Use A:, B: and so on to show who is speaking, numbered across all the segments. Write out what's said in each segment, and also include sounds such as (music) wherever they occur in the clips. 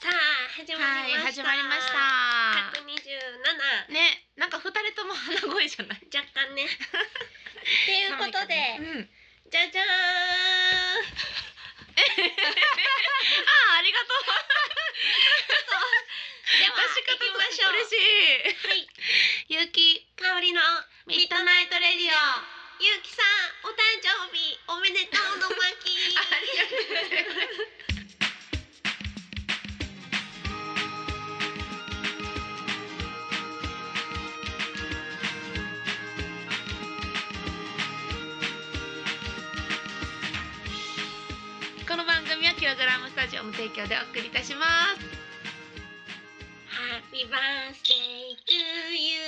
A: 始ま
B: は
A: り
B: い、
A: ま
B: 始
A: した。
B: まりました。
A: 百二十七。
B: ね、なんか二人とも鼻声じゃない。
A: 若干
B: (laughs)
A: ね。っていうことで、
B: うん。
A: じゃじゃーん。
B: あー、ありがとう。
A: では
B: 出し方
A: 行きましょう。
B: 嬉し
A: はい。
B: い。ゆうき、
A: 香りのミッドナイトレディオ。ゆうきさん、お誕生日おめでとうの巻。
B: (laughs) ありがとう。この番組はキログラムスタジオの提供でお送りいたします。
A: Happy birthday to you.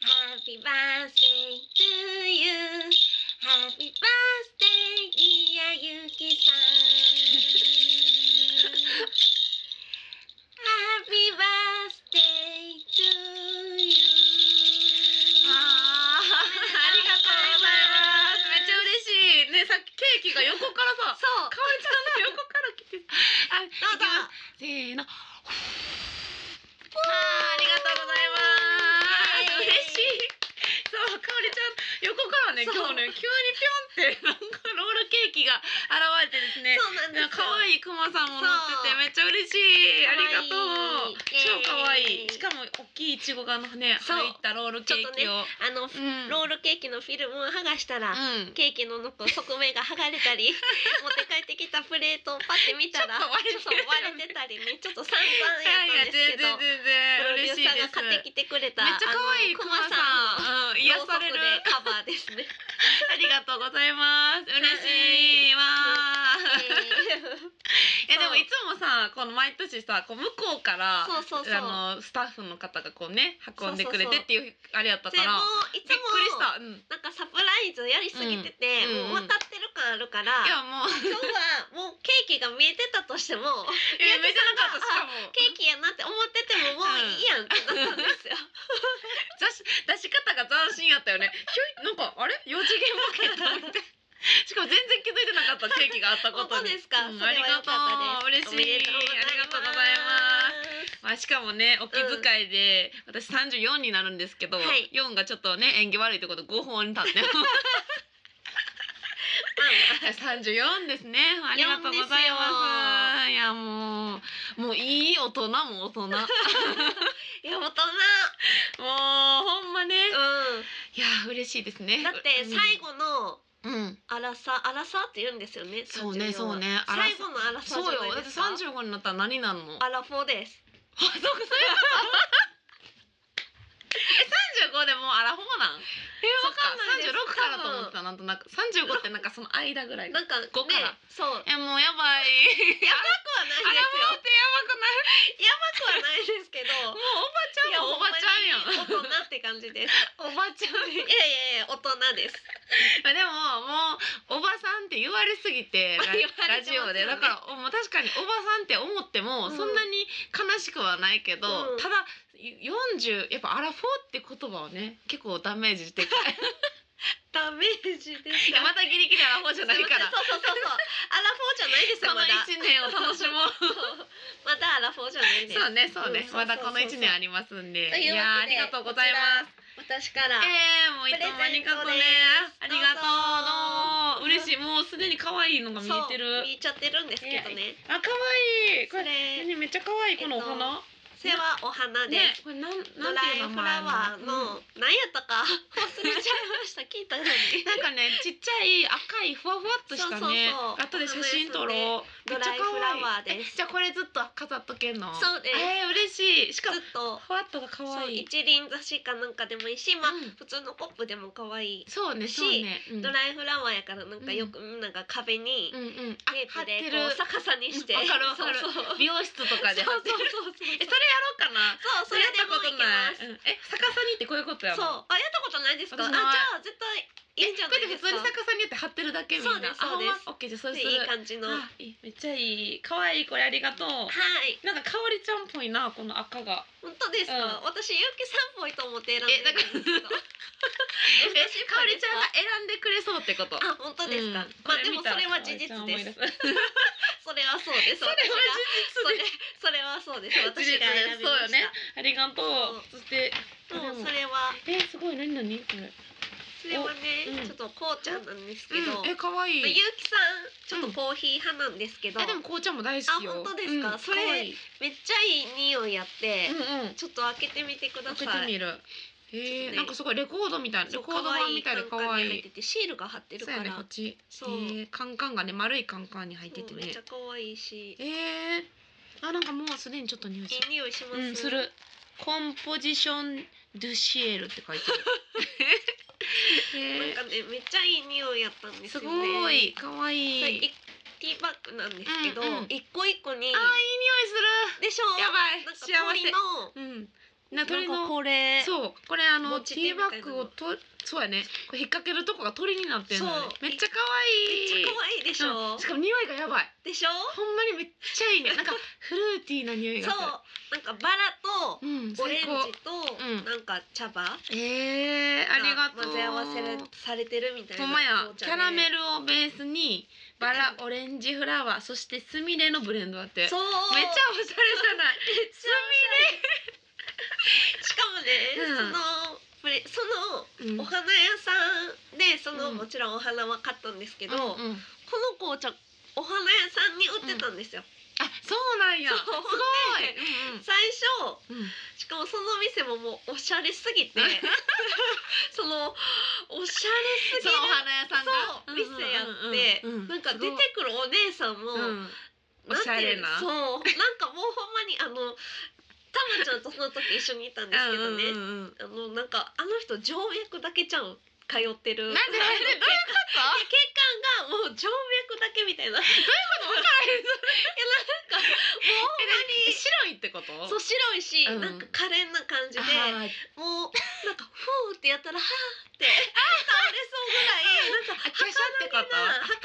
A: Happy birthday to you. Happy birthday, dear ゆきさん。Happy birthday to you.
B: あーありがとうございます。めっちゃ嬉しい。ね、さっきケーキが横からさ、
A: そう。
B: かわいちゃんの横から来て。あ、
A: どうぞ。
B: せーの。あー、ありがとうございます。
A: イエーイ
B: 嬉しい。そう、かおりちゃん、横からね、
A: そう
B: 今日ね、急にぴょんって、なんかロールケーキが現れてですね。
A: そうなんですよ。
B: 可
A: い。
B: 愛いクマさんも乗って
A: そう
B: てめっちゃ嬉しいありがとう超
A: かわ
B: 可
A: いい
B: 愛
A: イエーイ
B: いしかも大きいイチゴがね入
A: そう
B: ったロールケーキを、
A: あの、
B: うん
A: ロールケーキのフィルムを剥がしたら。
B: うん
A: ケーキの中側面が剥がれた
B: (laughs)
A: り持って帰ってきたプレートをパッて見たら
B: ちょっと割れてる
A: そう割れてたりねちょっと散々
B: い
A: やったんですけど
B: 全
A: プロデュ
B: 然全
A: ー
B: 然嬉し
A: サ
B: いで
A: ーが
B: す
A: 買ってきてくれた
B: めっちゃ可愛い
A: あの
B: ク
A: ク
B: マ
A: マさんの
B: さん、うん、癒される
A: ろうそくでカバーですね、
B: ありがとうございます嬉しいわー、
A: (laughs) え
B: いやでもいつもさこの毎年さこう向こうから
A: ーそうそうそう
B: あのスタッフの方がこうね運んでくれ
A: そうそう
B: て
A: そう
B: っていうあれやった
A: そ
B: か
A: れ
B: ら
A: もいつ
B: びっくりし
A: も
B: た、うん、い
A: なんかサプライズやりすぎてて、
B: うん
A: もう渡ってる感あるから
B: やもう
A: 今日はもうケーキが見えてたと
B: (laughs)
A: しても
B: いやめっちゃなかったしかも
A: ケーキやなって思っててももういいやんってなったんですよ。
B: 出し出し方が斬新やったよねひょいなんかあれ四次元ボケと思って (laughs) しかも全然気づいてなかったケーキがあったこと
A: 本当
B: に
A: ですか
B: うん
A: そ
B: あ
A: れ
B: り
A: は
B: が
A: 良
B: と
A: かった
B: う嬉
A: です
B: しいありがとうございますまあしかもねお気遣いで、私三十四になるんですけど、
A: はい
B: 四、がちょっとね縁起悪いってこと五本
A: (laughs)
B: 立って三十四ですねありがとうございますいやもうもういい大人も
A: (laughs)
B: 大人もう
A: いや大人
B: ほんまね、
A: う
B: いや嬉しいですね
A: んだって最後の
B: 後うん
A: 荒さ荒さって言うんですよね
B: そうね
A: 34
B: そうねアラサ
A: 最後の荒さ
B: そう
A: じゃ
B: よ
A: な
B: だ
A: い
B: っ
A: で
B: て
A: すか
B: 三十五になったら何なんの
A: アラフォーです
B: あ (laughs) そうかそういう
A: (laughs)
B: ことえ三十五でもうアラフォーなん
A: え
B: そっか三十六からと思っ
A: た
B: てたなんとなく三十五ってなんかその間ぐらい
A: なんかね
B: 五から
A: そうやばくは
B: えもうやばいアラフォー
A: な
B: ってやばくない
A: いですよやばくはないですけど
B: もうおばちゃんもおばちゃんやん
A: いやほんまに大人って感じです
B: おばちゃん
A: (laughs) いやいやいや大人です
B: まあ (laughs) でももうおばさんって言われすぎてラ
A: (laughs) 言わ
B: ラ
A: れてます
B: ジ
A: よ
B: オ
A: ね
B: でだからおもう確かにおばさんって思っても
A: うん
B: そんなに悲しくはないけど、
A: うん
B: ただ40やっぱアラフォーって言葉はね結構ダメージ
A: (laughs)
B: でかい
A: ダメージです
B: いやまたギリギリアラフォーじゃないから
A: そうそうそうそうアラフォーじゃないです
B: そ
A: よ
B: の
A: まだ
B: 1年を楽しもう
A: まだアラフォーじゃないです
B: そうねそうね、
A: うん
B: まだこの1年ありますんで
A: というわけで
B: やーありがとうございます
A: 私から、
B: えー、もういつもありがとうねあ
A: プレゼントですどうぞ
B: りがとうの嬉しいもうすでに可愛いのが見え
A: そ
B: て
A: う
B: る
A: 見えちゃってるんですけどね
B: あ可愛いこ
A: それ
B: れ何めっちゃ可愛いこのお花、
A: それはお花で
B: ね
A: す、
B: これなんなんて
A: ドライ
B: いう名
A: フ
B: 前
A: ラワー
B: うん
A: の、なん、やったか忘れちゃいました聞いたのに
B: なんかねちっちゃい赤いふわふわっとしたね
A: そうそうそう
B: 後で写真撮ろうめ
A: ド
B: っちゃ
A: ライフ
B: 可愛い
A: ラワーです
B: えじゃあこれずっと飾っとけんの
A: そうです
B: えー、嬉しいしかも
A: ずっと
B: ふわっとが可
A: そう
B: 愛い
A: 一輪挿しかなんかでもいいしまあ、
B: うん
A: 普通のコップでも可愛い
B: そうね
A: し
B: そうね、うん、
A: ドライフラワーやからなんかよく、なんか壁に
B: うんうんあ
A: テー
B: 貼っ
A: プで
B: て
A: こ (laughs)
B: る
A: う逆さにして、
B: うんわかるわかる
A: そうそうそう
B: 美容室とかで貼ってる
A: そうそうそうそう
B: えそれやろうかな
A: そうそれでもいけます
B: うんえ逆さにってこういうことや
A: そ
B: もん
A: う、あ、やったことないですか。あ、
B: 私
A: じ
B: も
A: ゃあ、絶対いいんじゃ
B: こ
A: ない
B: れ
A: で
B: です普通に
A: か。
B: 逆さにやって貼ってるだけみんな
A: そうですそうです
B: あほんまオッケーじゃあそれす
A: で
B: る
A: いい感じの。は
B: あいいめっちゃいい可愛いこれありがとう
A: い、
B: なんか香りちゃんっぽいなこの赤が
A: 本当ですか。
B: う
A: 私、ゆうきさんっぽいと思って選んでるんですけど。
B: え
A: え
B: 香りちゃんが選んでくれそうってこと
A: あ、本当ですか。
B: う
A: ま
B: んこ
A: あ、
B: れ
A: でも、
B: 見た
A: そ
B: ら
A: れは事実
B: 香織ちゃん思い
A: で
B: 出
A: す。
B: す
A: それはそうです。
B: (laughs) それは
A: 私がそれそれは
B: 事実で
A: そうです。私が選びま
B: そうよ
A: し
B: ね
A: た。
B: ありがとうそして
A: そう
B: あでも
A: それは
B: えすごい何何これ
A: それはね、
B: うん
A: ちょっとこうちゃんなんですけど、
B: え可愛い
A: ゆうきさんちょっとコーヒー派なんですけど、
B: えでも紅茶も大好きよ
A: あ本当ですか
B: うん
A: それ
B: 可愛い
A: めっちゃいい匂いやって、
B: うんうん
A: ちょっと開けてみてくだ
B: 開け
A: さ
B: て
A: い。
B: みるへ
A: ちょっと
B: え
A: ね
B: なんかすごいレコードみたいなレコード版みたいで可
A: カンカンに
B: 愛
A: 入っ
B: い
A: ててシールが貼ってる
B: そ
A: か
B: う
A: ら、
B: やねこっち
A: そう
B: へーカンカンがね丸いカンカンに入ってて
A: そうめっ
B: ね
A: ちゃ可愛いし、い
B: えー、あなんかもうすでにちょっと匂いする
A: い匂いします。
B: うんするコンポジション・ドゥ・シエルって書い
A: (laughs)
B: て
A: なん
B: あるへ
A: かねめっちゃいい匂いやったん
B: え
A: です
B: す
A: よね。
B: ごいかわいい
A: そ
B: あ
A: れ
B: ーいい匂
A: い
B: い
A: ティーバッグなんですけど、
B: うんうん
A: 一個一個にでしょ
B: するや
A: なんか
B: ばい
A: 鳥
B: 幸
A: の
B: せうんな鳥
A: なんか
B: の
A: これ
B: そうこれあの
A: 持
B: テ
A: ち
B: ィ
A: 手
B: ー
A: み
B: バ
A: たい
B: ッ
A: なの
B: グをとそうやねこれ引っ掛けるとこが鳥になってるのね
A: そう
B: めっちゃかわ
A: めっち
B: いい
A: ゃ可愛いでしょ、
B: うんしかも匂いがやばい
A: でしょ
B: ほんまにめっちゃいいねなんかフルーティーな匂い
A: そ
B: が
A: う
B: する
A: なんかバラと
B: うん
A: オレン
B: 最高
A: ジと、
B: うん
A: なんか茶葉が
B: えー、ありがとう
A: 混ぜ合わせるされてるみたいな
B: ほんまや
A: 紅
B: キ
A: 茶で
B: ャラメルをベースにバラオレンジフラワーそしてスミレのブレンドだって
A: そう
B: めっちゃおしゃれじゃない
A: スミレしかもね、
B: うん
A: そのプレその
B: うん
A: お花屋さんでその、
B: うん
A: もちろんお花は買ったんですけど、こ
B: うんうん
A: の紅茶お花屋さんに売ってたんですよ、
B: あそうなんやす
A: そ
B: ご
A: う
B: い、
A: 最初
B: うんうんうん、
A: しかもその店ももうおしゃれすぎて (laughs) そのおしゃれすぎ
B: その
A: る
B: お花屋さんが
A: そう店やって、
B: うんうんうん
A: なんか
B: す
A: 出
B: ご
A: て
B: い
A: くるお姉さんも、
B: うん、お
A: なん
B: してゃ
A: い
B: れ
A: う
B: な
A: そうなんかもうほんまにあのたまちゃんとその時一緒にいたんですけど
B: うん
A: ね、
B: うんうんうん
A: あのなんかあの人静脈だけちゃうん通ってる
B: な
A: (laughs)
B: んでなんでどういうこと
A: 血管がもう静脈だけみたいな
B: え白いってこと
A: そう白いし、
B: うん
A: なんか可憐な感じで
B: あー
A: もうなんかふ
B: (laughs)
A: ーってやったらはーって倒れそうぐらいなんか
B: あ華奢ってこと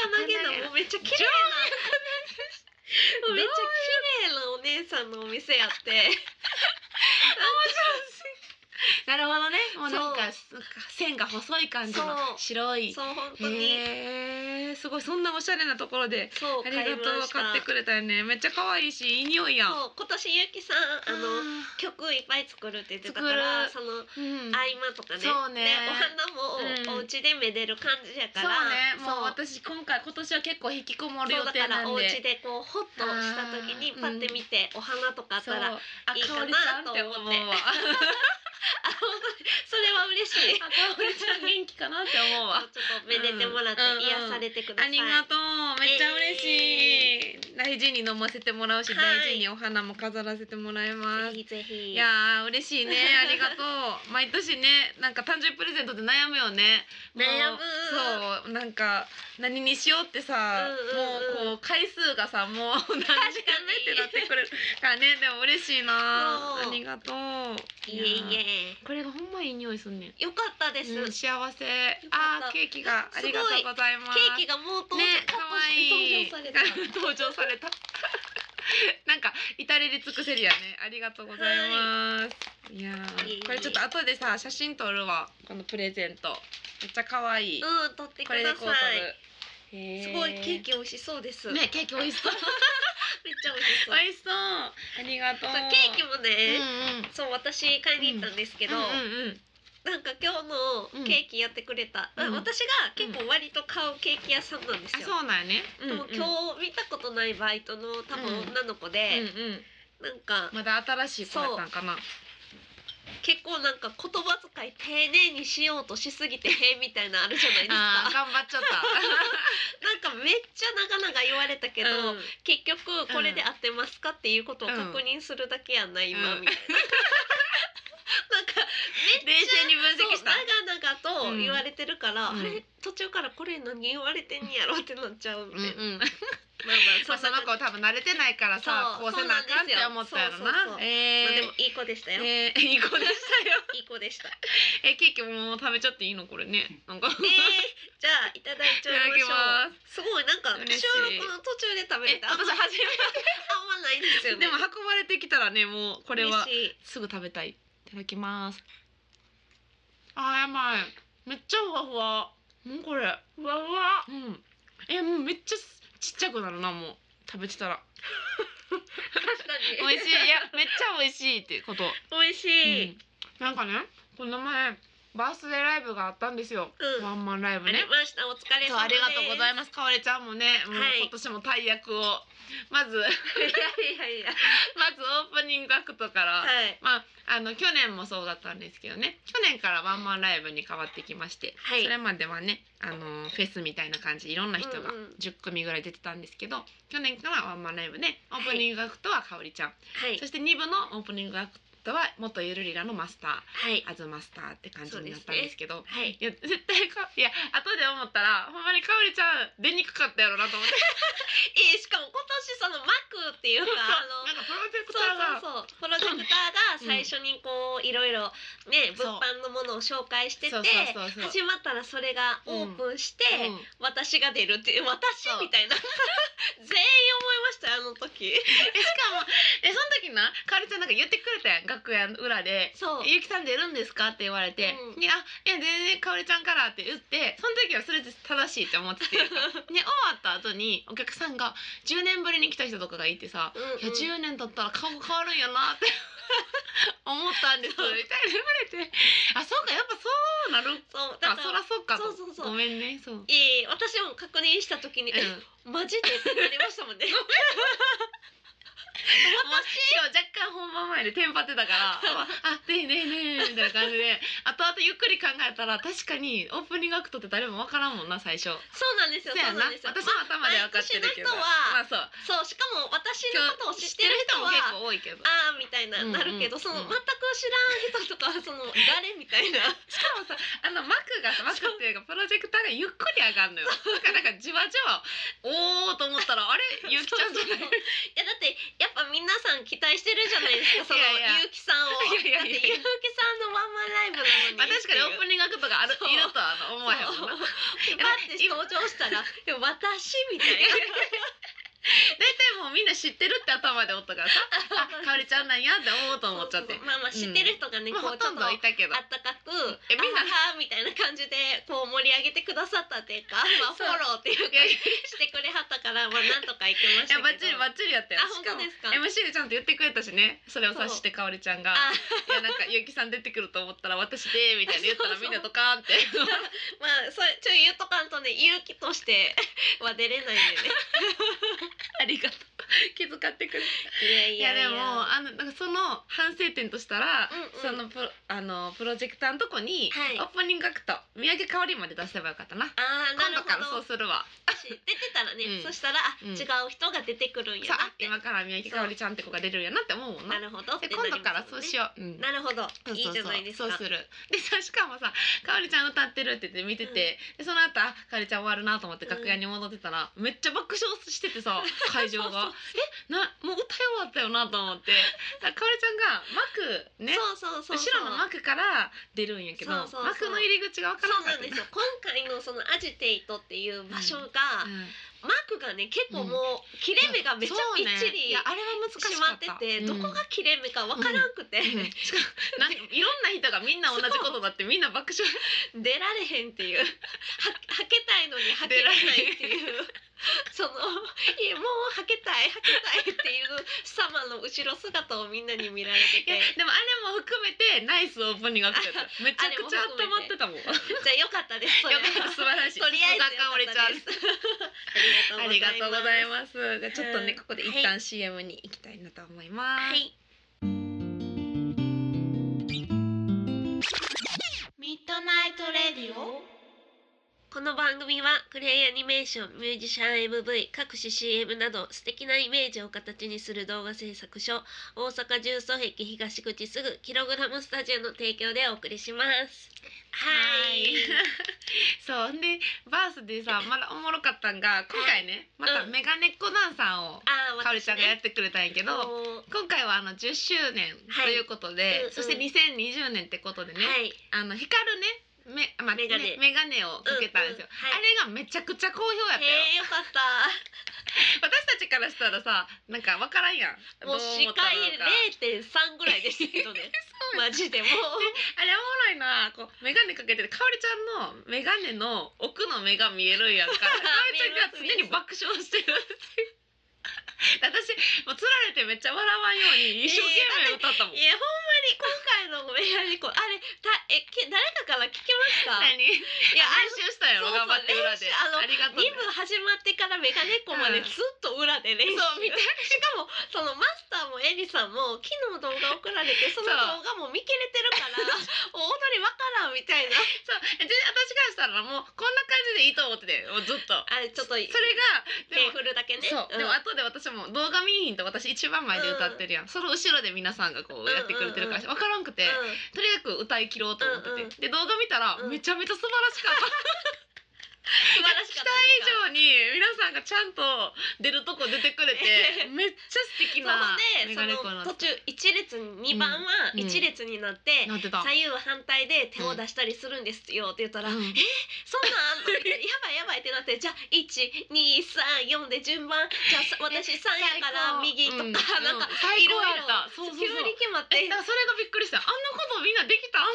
A: 儚げな儚げなもうめっちゃ綺麗なもうめっちゃ綺麗なお姉さんのお店やって
B: なるほどねもうなんか線が細い感じの
A: そう
B: 白い
A: そう本当に
B: へえすごいそんなおしゃれなところで
A: そう
B: あ
A: 買
B: りがと
A: いうました
B: 買ってくれたよねめっちゃ可愛いしいい匂いやん
A: そう今年ゆきさんあの曲いっぱい作るって言ってたからそ
B: 作
A: の
B: うん
A: 合間とかね
B: そうね
A: でお花も
B: うん
A: お家でめでる感じや
B: そ
A: か
B: う
A: ら
B: ねもう
A: そう
B: 私今回今年は結構引きこもる
A: そ
B: 予
A: うだ
B: 定
A: から
B: なん
A: お家
B: で
A: でこうホッとした時にパッて見てお花とかあっ
B: そう
A: たらあ
B: あ
A: いいかな
B: 香りちゃんって思う
A: と
B: わ
A: 思っ本当にそれは嬉しい
B: あ香りちゃん元気かなって思うわ
A: ちょっとめでてもらって
B: うん
A: 癒されてくだ
B: あ
A: さい。
B: りがとうめっちゃ嬉しい、大事に飲ませてもらうし、
A: はい
B: 大事にお花も飾らせてもらいます
A: ぜひぜひ。
B: いやー嬉し
A: (laughs)
B: いねありがとう毎年ねなんか誕生日プレゼントで悩むよねもう
A: 悩む
B: そうなんか何にしようってさ、
A: うんうんうん
B: もうこう回数がさもう何年
A: 確か
B: 目って
A: に
B: なってくるからねでも嬉しいな
A: そう
B: ありがとう
A: いえい
B: や
A: え。
B: ーこれがほんまいい匂いすんねん
A: よかったです。
B: うん、
A: ケ
B: 幸せ
A: た
B: あーケーキがありがとうございます
A: ーキがもう登場、
B: ね、
A: カ
B: か
A: ット
B: わいい。
A: して登場された。
B: (laughs) 登場された。なんか、至れり尽くせりやね、ありがとうございます。い、や
A: いえいえ
B: ー、これちょっと後でさ、写真撮るわ、このプレゼント。めっちゃ可愛い。
A: うん、取って
B: こ
A: く
B: れで
A: だ
B: こう撮
A: さい。
B: る。へー
A: すごいケー。キ美味しそうです。
B: ね、ケーキ美味し
A: (laughs)
B: そう。
A: めっちゃ美味しそう。
B: 美味しそう。ありがと
A: そ
B: う
A: う。ケーキも
B: うん
A: ね、
B: うん。
A: そう私買いに行ったんですけど、
B: うんうんうん
A: なんか今日のケーキやってくれた、
B: うん
A: あ私が結構割と買うケーキ屋さんなんです
B: あ、
A: よ。
B: そうなんやね。うん
A: で
B: うん
A: も今日見たことないバイトの多分女の子
B: うん
A: で、
B: うん、
A: なんか
B: まだ新しい子だったんかな。
A: 結構なんか言葉遣い丁寧にしようとしすぎてへみたいなのあるじゃないです
B: あー
A: か
B: 頑張っちゃった。
A: なんかめっちゃ長々言われた (laughs) けど、
B: うん
A: 結局これで合ってますかっていうことを確認するだけやんな、今
B: うん
A: みたい
B: (laughs)
A: ななんか
B: 冷静に分析し
A: そう
B: た。
A: 長々と言われてるから、
B: うん
A: あれ途中からこれ何言われてんやろってなっちゃうみたいな、
B: うんうん。
A: まあ
B: ま
A: ま
B: あ
A: あ
B: そ
A: そん
B: の
A: な
B: 子
A: 感
B: 多分慣れてないからさ
A: そ
B: こう
A: う
B: せなあかんって思ったやろな
A: そうなんですよそうそうそう
B: え
A: じ、まあ、で
B: ー
A: もい (laughs) い子でしたよ、
B: えーいい子でしたよ
A: いい子でした
B: えケーキもう食べちゃっていいのこれねなんか、
A: えー、じゃあいただいちゃいましょ
B: いただ
A: うすごいなんか
B: 嬉しい
A: 収録の途中で食べ
B: え
A: れたあん
B: 私
A: ま
B: 初
A: あんまないんです
B: め
A: よ
B: て
A: ね
B: でも運ばれてきたらねもうこれは
A: 嬉しい
B: すぐ食べたいいただきますあーやばいめっちゃふわふわもうこれ
A: うわうわ
B: うんえもうめっちゃすちっちゃくなるなもう食べてたら
A: 確かに
B: 美味しいいやめっちゃ美味しいっていうこと、
A: 美味しい、
B: うんなんかねこの前バースデーライブがあったんですよ、
A: うん
B: ワンマンライブ
A: あ
B: ね
A: りましたお疲れ様です
B: そうありがとうござい
A: ま
B: ますかおれちゃんもねもう
A: はい
B: 今年も大役をまず (laughs)
A: すいやいやいや
B: まずオープニングアクトから、
A: はい
B: まあ、あの去年もそうだったんですけどね去年からワンマンライブに変わってきまして、
A: はい
B: それまではねあのフェスみたいな感じいろんな人が
A: うんうん
B: 10組ぐらい出てたんですけど、去年からワンマンライブでオープニングアクトはかおりちゃん、
A: はい
B: そして2部のオープニングアクトは元ゆるりらのマスター
A: はい
B: アズマスターって感じになったんですけど。
A: はい
B: いや絶対かいや後で思ったらほんまにかおりちゃん出にくかったやろなと思って
A: えーしかも今年そのマクっていうかあの
B: なんかプロジェク
A: そう
B: ターが
A: そうそうプロジェクターが最初にこういろいろね
B: そう
A: 物販のものを紹介してて
B: そうそうそうそう
A: 始まったらそれがオープンして、
B: うん
A: 私が出るっていう私
B: そう
A: みたいな全員思いましたよあの時
B: えしかもえその時なかおりちゃんなんか言ってくれたやん楽屋の裏で
A: そう
B: 「ゆきさん出るんですか?」って言われて「
A: うん
B: いやあいや全然かおりちゃんから」って言ってその時はそれで正しいって
A: (laughs)
B: 思っててで終わった後にお客さんが10年ぶりに来た人とかがいてさ「
A: うんうん
B: いや10年経ったら顔変わるんやな」って (laughs) 思ったんですみたいな言われて「あそうかやっぱそうなる
A: そうだ
B: か
A: か
B: そ
A: ら
B: らそうかと」
A: そうそうそう
B: ごめんねそう。うん
A: えー私も確認した時に、マジでってなりましたもん
B: (laughs)
A: ね
B: しかも若干本番前でテンパってたか
A: (laughs)
B: ら「あでねえねえねえ」みたいな感じで後々ゆっくり考えたら確かにオープニングアクトって誰もわからんもんな最初。
A: そうなんですよ
B: そう
A: そ
B: や
A: う
B: な
A: なんですよ
B: 私も頭で分かってるけど、
A: まあ
B: まあそう
A: そうしかも私のことを知ってる人
B: 知ってる人
A: は
B: も結構多いけど
A: あーみたいな
B: うんうん
A: なるけど、その
B: うん
A: 全く知らん人とかはその誰みたいな
B: しかもさあの幕がさ幕っていうかプロジェクターがゆっくり上がるのよだからなんかじわじわおーと思ったらあれゆきちゃんじゃな
A: (laughs)
B: い
A: そうそうそういやだってやっぱ皆さん期待してるじゃないですかその
B: いやいや
A: ゆうきさんを
B: いやいやいや
A: だってゆうきさんのワンマンライブ
B: ま
A: なの
B: あ
A: に
B: 確かにオープ
A: ン
B: ニングアクトがある
A: そう
B: いるとはあの思わへんもんな
A: パッて登場したら「でも私」みたい
B: いやい
A: な
B: 大体もうみんな知ってるって頭でおったからさあかおりちゃんなんやって思うと思っちゃっ
A: そ
B: て
A: うそうまあまあ知ってる人がね、
B: まあ
A: こ
B: ほ
A: うち
B: と
A: ょっ
B: ん
A: と
B: どいたけど
A: あったかく「
B: えみ
A: み
B: ん
A: ん
B: な
A: なみたいな感じでこう盛り上げてくださったっていうか、まあ、フ
B: そう
A: ォローっていう
B: いや
A: か
B: いや
A: してくれはったから、まあ、なんとかいけました
B: いや
A: けど
B: バッチリバッチリやったよ
A: あ
B: しかも
A: 本当ですか
B: MC でちゃんと言ってくれたしねそれを察してかおりちゃんが
A: あ
B: 「いやなんかゆうきさん出てくると思ったら私で」みたいな言ったらみんなドカーン
A: (laughs)
B: って
A: まあそれちょい言うとかんとね勇気として (laughs) は出れないんでね
B: ありがとう (laughs) 気遣ってくれ
A: い
B: いやでもあのなんかその反省点としたら、
A: うんうん
B: そのプロあのプロジェクターのとこに、
A: はい
B: オープニングアクト「宮城かおり」まで出せばよかったな
A: あーな
B: 今
A: る
B: 度
A: ほ
B: からそう
A: ど
B: するわ
A: し出てたらね、
B: うん
A: そしたら、あ
B: うん
A: 違う人が出てくるんや
B: さ
A: な
B: あ
A: って
B: 今から宮城かおりちゃんって子が出るんやなって思うもんな
A: なるほど
B: で今度からそうし
A: よ
B: よう、うん
A: なるほど
B: そう
A: い
B: そうそう
A: いじゃないですか
B: そうするでさしかもさ「かおりちゃん歌ってる」って言って見てて、でその後あかおりちゃん終わるな」と思って楽屋に戻ってたら、めっちゃ爆笑して
A: (laughs)
B: てさ会場
A: そ
B: が
A: うそうそう
B: えなもう歌い終わったよなと思ってだからかおりちゃんが幕ね
A: そうそうそうそう
B: 後ろの幕から出るんやけど
A: そうそうそう
B: 幕の入り口がわか
A: そ
B: ら
A: う
B: な
A: ないんですよ今回のそのアジテイトっていう場所が、マークがね結構もう、切れ目がめっちゃびっちり
B: いやあれは難し
A: し
B: か
A: ま
B: っ
A: ったてて、どこが切れ目かわからんくて、
B: うんしかも (laughs) なんかいろんな人がみんな同じことだってみんな爆笑
A: 出られへんっていうははけたいのにはけられないっていうそのいやもうはけたいはけたいっていう様の後ろ姿をみんなに見られて
B: いや
A: て
B: でもあれも含めてナイスオープニング
A: (laughs)
B: アクトやっためちゃくちゃ温まってたもん
A: じゃあよかったですそれ
B: よかった素晴らしい
A: とりあえず
B: さすがかおりちゃんあ
A: (laughs) あ
B: り
A: り
B: が
A: が
B: と
A: と
B: う
A: う
B: ご
A: ご
B: ざ
A: ざ
B: い
A: います
B: ますじゃあちょっとねここで一旦 CM に行きたいなと思います、
A: はい
C: ミッドナイトレディオ
A: この番組はクレイアニメーションミュージシャン MV 各種 CM など素敵なイメージを形にする動画制作所大阪重曹壁東口すぐキログラムスタジオの提供でお送りしますはい
B: (laughs) そうほんでバースでさまだおもろかったんが今回ねまたメガネっ子ダンサーを
A: あ
B: (laughs)
A: ー
B: かおりちゃんがやってくれたんやけ
A: 私ね
B: ど
A: もう
B: 今回はあの10周年
A: はい
B: ということで、
A: うんうん
B: そして2020年ってことでね、
A: はい
B: あの光るねめ、まあ、
A: メガネ
B: ねメガネをかけたんですよ、
A: うんうんはい
B: あれがめちゃくちゃ好評やったよ
A: へえよかった
B: 私たちからしたらさなんかわからんやん
A: もう
B: ど
A: 視
B: 思った
A: 界
B: のか
A: 0.3ぐらいでした
B: (laughs)
A: けどねマジでもう
B: あれおもろいなこうメガネかけててかおりちゃんのメガ
A: (laughs)
B: ネの奥の目が見えるんやんかかおりちゃんが常に爆笑してるって私もうつられてめっちゃ笑わんように一生懸命歌ったもん、
A: いやほんまに今回のごめんなさいこうあれたえけ誰かから聞きました
B: 何
A: (laughs)
B: い
A: い
B: や
A: や
B: 練習したやろ
A: そうそう
B: 頑張って裏で
A: 練習あの
B: ありが
A: 2
B: とうね、
A: 部始まってからメガネっ子まで
B: うん
A: ずっと裏で練習、
B: そう見て
A: しかもそのマスターもエリさんも昨日動画送られてその
B: そう
A: 動画も見切れてる
B: (laughs)
A: からお踊りわからんみたいな
B: そうえ全然私からしたらもうこんな感じでいいと思っててもうずっと
A: あれちょっと
B: それ
A: 手
B: がでも
A: 振るだけね
B: そう、
A: ん
B: でも後で私も動画見えひんと私一番前で歌ってるやん、その後ろで皆さんがこうやってくれてるから
A: うん
B: 分からんくて、
A: うん
B: とにかく歌い切ろうと思ってて、
A: うんうん
B: で動画見たら
A: うん
B: めちゃめちゃ素晴らし
A: (laughs)
B: かった、
A: 素晴らし
B: 期
A: かった
B: 待
A: ですか
B: 以上に皆さんがちゃんと出るとこ出てく
A: (laughs)
B: れてめっちゃ素敵なメガネコ
A: そうでその
B: な
A: 途中一列に2番は
B: うんうん
A: 一列になって、
B: なってた。
A: 左右反対で手を出したりするんですよって言ったら、
B: うん
A: そんなんとか言って (laughs) やばいやばいってなってじゃあ1234で順番じゃあさ私3やから右とか、
B: うん
A: なんか
B: うん最
A: い
B: 高
A: ろい
B: や
A: ろ
B: ったそうそうそ
A: 急
B: う
A: に決まって
B: えだからそれがびっくりしたあんなことみんなできたん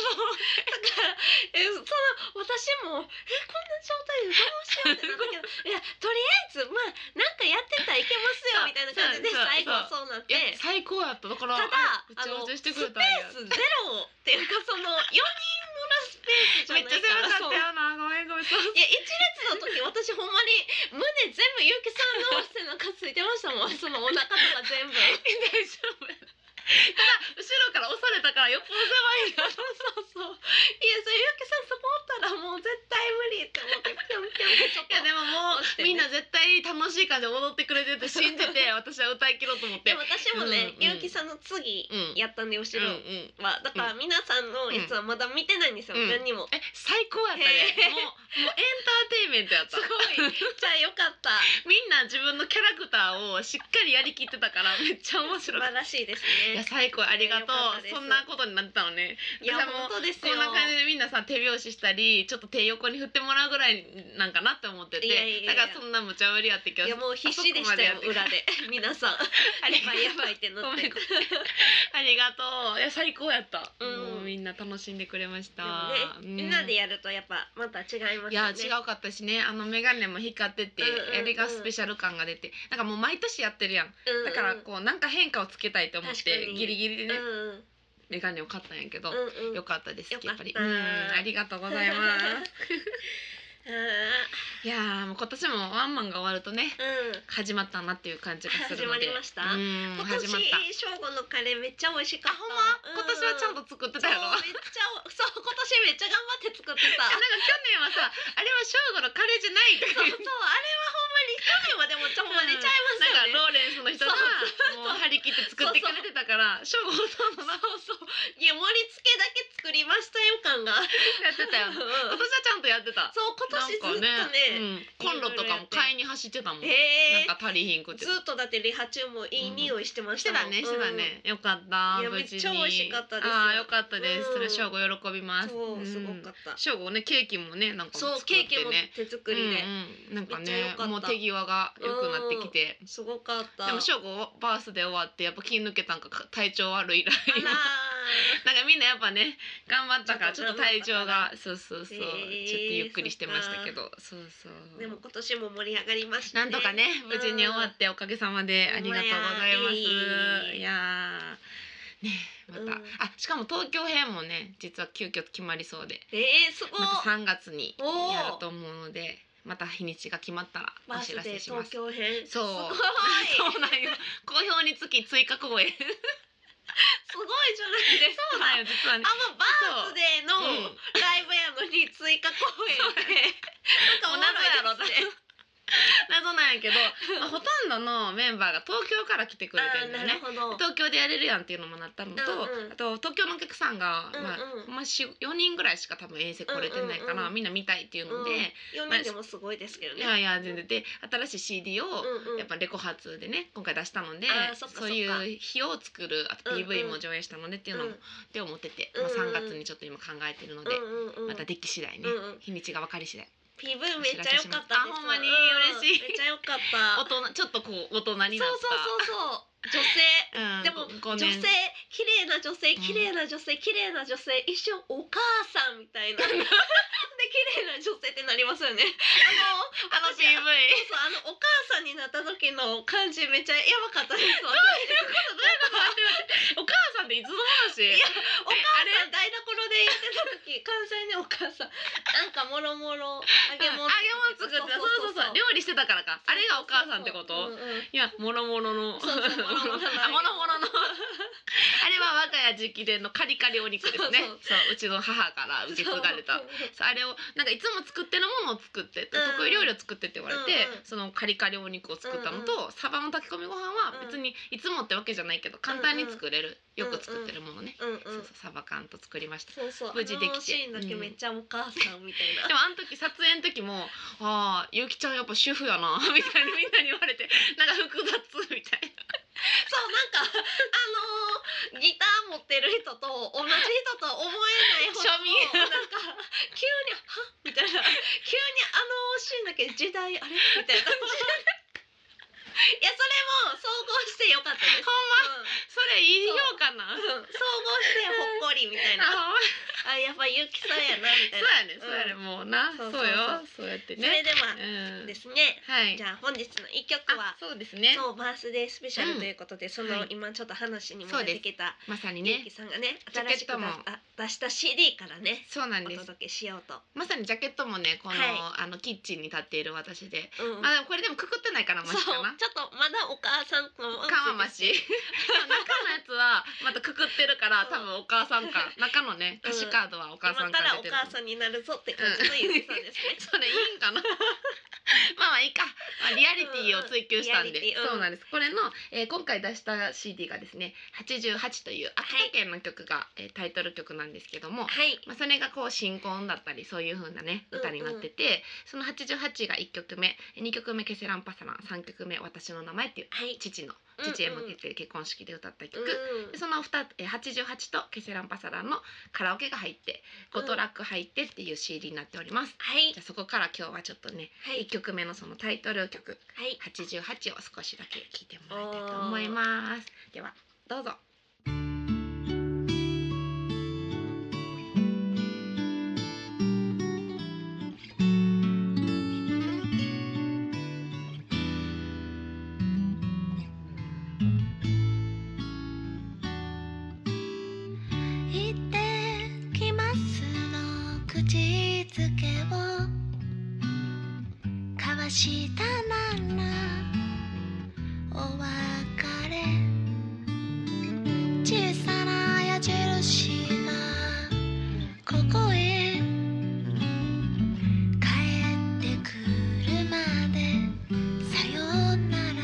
A: えその私もえこんな状態でどうしようってなったけどいやとりあえずまあなんかやってたらいけますよみたいな感じで
B: そうそう
A: 最後はそうなっ
B: いや
A: て。
B: 最高やっただから
A: ただ
B: あ
A: あの
B: めっち
A: スペ
B: ゃ応援して
A: ー
B: くれたんや
A: スゼロっていうかその4人のスペースじゃ
B: め
A: な
B: っ
A: い
B: ちゃ
A: からそ
B: 狭か
A: う
B: ったよなごめんごめんそう
A: いや一列の時私ほんまに胸全部ゆうきさんの背中ついてました (laughs) もんそのお腹とか全部
B: 大丈夫ただ後ろから押されたからよっぽど狭いな
A: そうそういやそれゆうきさんそこおったらもう絶対無理って思ってぴょんぴょんってちょっ
B: いや
A: と
B: でももう、
A: 押してね
B: みんな絶対楽しい感じで踊ってくれてるって信じ
A: (laughs)
B: て私は歌い切ろうと思って
A: でも私もね、
B: うんうん
A: ゆうきさんの次
B: うん
A: やったんで後
B: うんう
A: ろ
B: ん
A: は、だから皆さんのやつはまだ見てないんですよ、
B: うん
A: 何にも。
B: え最高やったね
A: へー
B: もうもうエンターテインメントやっ
A: す
B: た
A: ごいじゃあよかった
B: みんな自分のキャラクターをしっかりやりきって
A: (laughs)
B: たからめっちゃ面
A: 素
B: 白かっ
A: 晴らしいです
B: たいや
A: ね
B: 最高ありがと
A: よかった
B: う
A: です
B: そんなことになってたのね
A: (laughs) いや
B: 私はもう
A: 本当です
B: こ
A: よ
B: んな感じでみんなさ手拍子したりちょっと手横に振ってもらうぐらいなんかなって思ってて
A: いやいやいや
B: だからそんな無茶ぶりやってき
A: いやもう必死でしたよ裏で皆さん (laughs)
B: あり
A: や
B: が
A: ば
B: とう
A: いやばいってな
B: ご
A: っ
B: め
A: て
B: んごめん (laughs) ありがとういや最高やった、
A: うん
B: もうみんな楽しんでくれまし
A: で
B: た
A: もね、みんなでやるとやっぱまた違いますよね。
B: いや違うかったしねあの眼鏡も光ってて、
A: うんうんうん
B: やりがスペシャル感が出てなんかもう毎年やってるやん
A: うんうん
B: だからこうなんか変化をつけたいと思っ
A: 確
B: て
A: かに
B: ギリギリで
A: うん
B: ね、
A: うんうん
B: 眼鏡を買ったんやけど、
A: うん
B: よかったです
A: よか
B: やっ
A: った
B: ぱりうんありがとうご
A: (laughs)
B: ざいますいやーもう今年もワンマンが終わるとね
A: うん
B: 始まったなっていう感じがするの
A: 始まり
B: で
A: ました
B: うん
A: 今
B: 始まった
A: 年正午のカレーめっちゃ美味しか
B: あ
A: った。
B: ほんま、今年はちゃん
A: と
B: と作ってたやろ
A: めっちゃお (laughs) そう今年めっちゃ頑張って作ってた。
B: なんか去年はさあれは正午のカレーじゃないって (laughs)
A: そうそうあれはほんまに去年はでもちょ (laughs) ほんまにちゃいますよね。
B: なんかローレンスの人が
A: そう
B: もう張り切って作ってくれてたから正午さんのな
A: そうそう (laughs) いや盛り付けだけ作りましたよ感が。
B: やってた
A: (laughs)
B: よ
A: うん
B: 今年はちゃんとやってた
A: そう今年ずっとね
B: なんかうんコンロとかも買いに走ってたもん、
A: へえ
B: なんか足りひんくて
A: ずっとだってリハ中もいい匂いしてま
B: し
A: してたもん
B: たねしてたね、よかった
A: いや
B: 無事に
A: めっちゃ美味しかったですよ
B: ああよかったです、
A: うん
B: それ正午喜び
A: う
B: ま
A: ん
B: す
A: そうすごか
B: っ
A: った、
B: 正午ねケーキもねなんか
A: そう
B: 作
A: ケ
B: っ
A: ーキ
B: て
A: も
B: ね
A: 手作りで、
B: うんうん、なんかね
A: めっちゃ良かった
B: もう手際が良くなってきて、
A: すごかった
B: でも正午バースで終わってやっぱ気抜けたんか体調悪いら
A: あ
B: い
A: らー
B: なんかみんなやっぱね頑張ったからち
A: ち
B: ょ
A: ょ
B: っ
A: っ
B: と
A: と
B: 体調
A: 頑張
B: がそうそうそう、
A: へー
B: ちょっとゆっくりしてましたけどそうそう
A: でも今年も盛り上がりました
B: な
A: ね
B: んとかね無事に終わっておかげさまで
A: うん
B: ありがとうございます、
A: いやい
B: いやーねまた、
A: うん
B: あしかも東京編もね実は急遽決まりそうで
A: えー、すごい
B: また3月に
A: おー
B: やると思うのでまた日にちが決まったら
A: バ
B: お
A: ー
B: 知
A: ス
B: ら
A: デ
B: せ
A: ー
B: しま
A: 東
B: す
A: 京編
B: そう
A: すごい
B: (laughs) そうなんよ好評につき追加公演
A: すごいじゃないですか
B: そうなんよ実はね
A: あのバースデーの
B: そううん
A: ライブやのに追加公演で、
B: もう
A: なん
B: 謎や
A: か
B: ろ
A: おもろいですね
B: 謎なんやけど、
A: (laughs)
B: まあ、ほとんどのメンバーが東京から来てくれてるんだよね
A: あーなるほど
B: 東京でやれるやんっていうのもなったのと、
A: うんうん
B: あと東京のお客さんが、
A: うんうん
B: まあほんまし4人ぐらいしか多分遠征来れてないから、
A: うんうんうん
B: みんな見たいっていうので、
A: 4人でもすごいですけど
B: い
A: ね、
B: やいや全然で新しい CD を、
A: うんうん
B: やっぱレコ発でね今回出したので
A: あーそっかそっか
B: そういう日を作るあと
A: うんうん
B: PV も上映したのでっていうのも、って思ってて、まあ、
A: うんうん
B: 3月にちょっと今考えてるので、
A: うんうんうん
B: またでき次第
A: う
B: ね、
A: んうん
B: 日にちが分かり次第
A: PV めっちゃ良かったです
B: あほんまに嬉し
A: う
B: い
A: んめっちゃ良かった
B: 大人ちょっとこう大人に
A: そ
B: なっ
A: う
B: た
A: そうそうそう女性
B: うん
A: でも
B: ご
A: 女
B: 年
A: 性綺
B: (laughs)
A: 麗な女性綺麗な女性綺麗な女性一瞬お母さんみたいなで綺麗な女性ってなりますよね。あの、
B: の PV
A: そうあのお母さんになった時の感じめっちゃやばかった
B: (laughs)
A: です。どういうことどういうこと
B: (laughs) お母さんっていつの話
A: いやお母さん台所でやってた時関西のお母さんなんかもろもろ揚げ物
B: うん揚げ物作ってたそうそうそう料理してたからかあれがお母さんってこと
A: うんうん
B: いやもろもろの
A: そうそうもろもろの
B: (laughs) あもろもろのあれは我が家直伝のカリカリお肉ですね
A: そう
B: そううちの母から受け継がれたそうあれをなんかいつも作ってるものを作って、
A: うん
B: 得意料理を作ってって言われて、
A: うんうん
B: そのカリカリお肉を作ったのと、サバの炊き込みご飯は別にいつもってわけじゃないけど簡単に作れる、
A: うんうん
B: よく作ってるものね、
A: うんうん
B: そうそうサバ缶と作りました
A: そうそう
B: 無事でき
A: あ
B: て
A: のシーンだけめっちゃお母さんみたいな
B: でもあの時撮影の時も「ああゆきちゃんやっぱ主婦やな」 (laughs) みたいにみんなに言われてなんか複雑みたいな
A: (laughs) そうなんかあのーギター持ってる人と同じ人とは思えないほど (laughs)
B: 庶民
A: なんか急に「はみたいな急にあのシーンだけ時代あれみたいな感じ (laughs) でいやそれも総合してよかったです
B: ほんま
A: うん
B: それいい評価な
A: うん総合してほっこりみた (laughs) いな
B: あほんま
A: あやっぱゆきさんやなみた
B: そ
A: いうな
B: やねそうやね、もうな
A: そ
B: そうう
A: そうそう
B: よそうやって
A: それ
B: ね
A: では
B: うん
A: ですね
B: はい
A: じゃあ本日の一曲は
B: あそうですね
A: そうバースデースペシャルということで、その、
B: はい
A: 今ちょっと話にも出てきた
B: まさに
A: ゆ
B: ね
A: きさんがね
B: ジャ
A: 新
B: ケ
A: し
B: ッ
A: く
B: ト
A: 出
B: も
A: した出した CD からね
B: そうなん
A: お
B: です
A: 届けしようと、
B: まさにジャケットもねこの,、
A: は
B: あのキッチンに立っている私で、
A: うん
B: まあでもこれでもくくってないからマ
A: そう
B: シ
A: ちょっ
B: かな
A: とまだお母さんの
B: かまし中のやつはまたくくってるから
A: うん
B: 多分お母さん感中のね
A: うん
B: 歌詞カードはお
A: 今
B: 母さん
A: か
B: から
A: ら
B: 出
A: お
B: てる
A: 母さんになるぞって感じのゆきさんですね
B: それいいんかな (laughs) まあまあいいか、まあ、リアリティを追求したんで、
A: うんリアリティうん
B: そうなんですこれの、えー今回出した CD がですね88という秋田県の曲が、えータイトル曲なんですけども、
A: はい
B: まあ、それがこう新婚だったりそういう風なね
A: うん
B: 歌になってて、その88が1曲目2曲目「ケセランパサラン」3曲目「私の名前」っていう
A: はい
B: 父の
A: うんうん
B: 父へ向けて結婚式で歌った曲、
A: うん
B: でその2えー88と「ケセランパサラン」のカラオケが入って5トラック入ってっていう CD になっております。
A: はい
B: じゃあそこから今日はちょっとね、
A: はい
B: 1曲目のそのタイトル曲
A: はい
B: 88を少しだけ聞いてもらいたいと思います。ではどうぞ。
C: 行ってきますの口づけを交わしたならお別れ小さな矢印がここへ帰ってくるまでさよなら